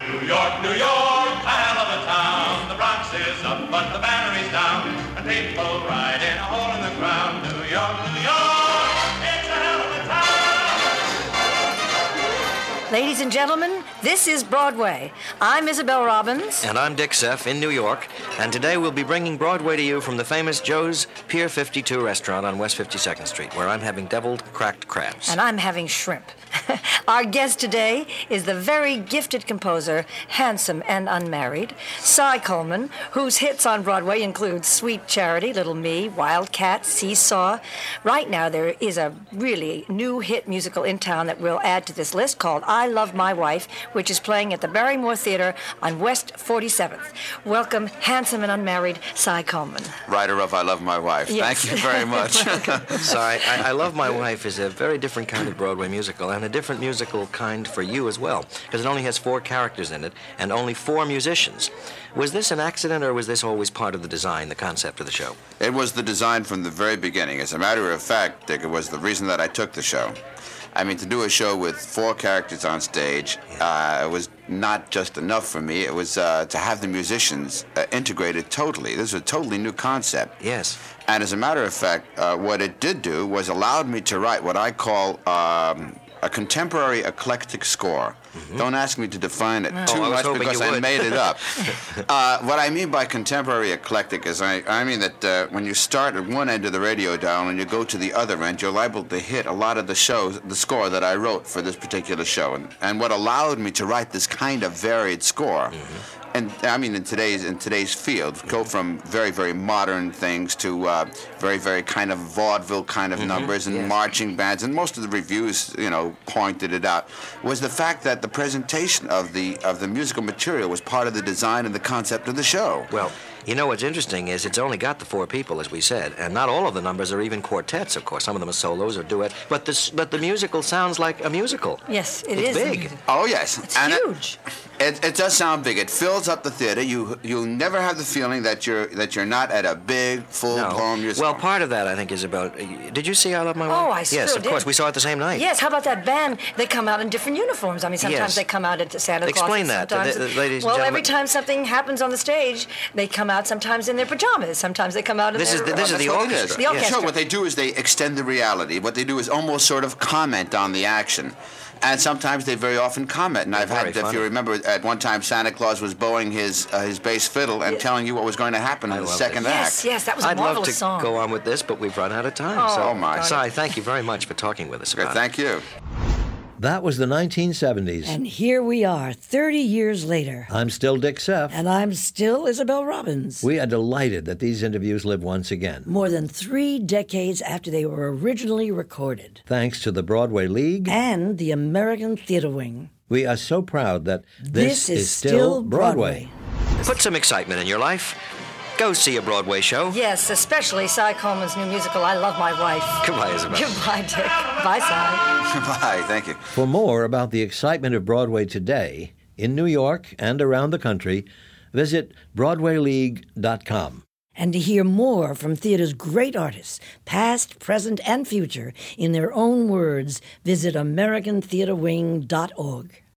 New York, New York, a hell of a town. The Bronx is up, but the banner is down. And people ride in a hole in the ground. New York, New York, it's a hell of a town. Ladies and gentlemen, this is Broadway. I'm Isabel Robbins. And I'm Dick Seff in New York, and today we'll be bringing Broadway to you from the famous Joe's Pier 52 restaurant on West 52nd Street, where I'm having deviled cracked crabs. And I'm having shrimp. Our guest today is the very gifted composer, handsome and unmarried, Cy Coleman, whose hits on Broadway include Sweet Charity, Little Me, Wildcat, Seesaw. Right now, there is a really new hit musical in town that we'll add to this list called I Love My Wife, which is playing at the Barrymore Theater on West 47th. Welcome, handsome and unmarried, Cy Coleman. writer of I Love My Wife. Yes. Thank you very much. Sorry, I, I Love My Wife is a very different kind of Broadway musical, and a different musical kind for you as well, because it only has four characters in it and only four musicians. Was this an accident, or was this always part of the design, the concept of the show? it was the design from the very beginning. As a matter of fact, Dick, it was the reason that I took the show. I mean, to do a show with four characters on stage uh, was not just enough for me. It was uh, to have the musicians uh, integrated totally. This was a totally new concept. Yes. And as a matter of fact, uh, what it did do was allowed me to write what I call um, a contemporary eclectic score. Don't ask me to define it too Mm-hmm. Oh, I was much hoping because you I would. made it up. uh, what I mean by contemporary eclectic is I, I mean that uh, when you start at one end of the radio dial and you go to the other end, you're liable to hit a lot of the shows, the score that I wrote for this particular show. And, and what allowed me to write this kind of varied score Mm-hmm. and I mean in today's in today's field, go from very very modern things to uh, very very kind of vaudeville kind Mm-hmm. of numbers and marching bands, and most of the reviews you know pointed it out was the fact that the presentation of the of the musical material was part of the design and the concept of the show. Well, you know what's interesting is it's only got the four people, as we said, and not all of the numbers are even quartets. Of course, some of them are solos or duets. But this, but the musical sounds like a musical. Yes, it is it's a big. musical. Oh yes, It's And it- huge. It, it does sound big. It fills up the theater. You you'll never have the feeling that you're that you're not at a big full blown No. musical. Well, part of that I think is about. Did you see I Love My Wife? Oh, I Yes, sure of course. did. We saw it the same night. Yes, how about that band? They come out in different uniforms. I mean, sometimes Yes. they come out at Santa Claus. Explain that, uh, sometimes- the- the ladies and well, gentlemen. every time something happens on the stage, they come out sometimes in their pajamas. Sometimes they come out in This is their. the- this is That's the what it orchestra. is. The orchestra. Sure, what they do is they extend the reality. What they do is almost sort of comment on the action. And sometimes they very often comment. And I've Very had, if funny. you remember, at one time Santa Claus was bowing his uh, his bass fiddle and Yeah. telling you what was going to happen in the love second this. yes, act. yes, that was a I'd love marvelous to song. go on with this, but we've run out of time. Oh, so, Oh, my. Si, thank you very much for talking with us Good, about it. thank you. That was the 1970s. And here we are, 30 years later, I'm still Dick Seff. and I'm still Isabel Robbins. we are delighted that these interviews live once again, more than three decades after they were originally recorded, thanks to the Broadway League. and the American Theatre Wing. We are so proud that this, This is still, still Broadway. Broadway. Put some excitement in your life. Go see a Broadway show. Yes, especially Cy Coleman's new musical, I Love My Wife. Goodbye, Isabel. Goodbye, Dick. Bye, Cy. Bye, thank you. For more about the excitement of Broadway today, in New York and around the country, visit BroadwayLeague.com. And to hear more from theater's great artists, past, present, and future, in their own words, visit AmericanTheaterWing.org.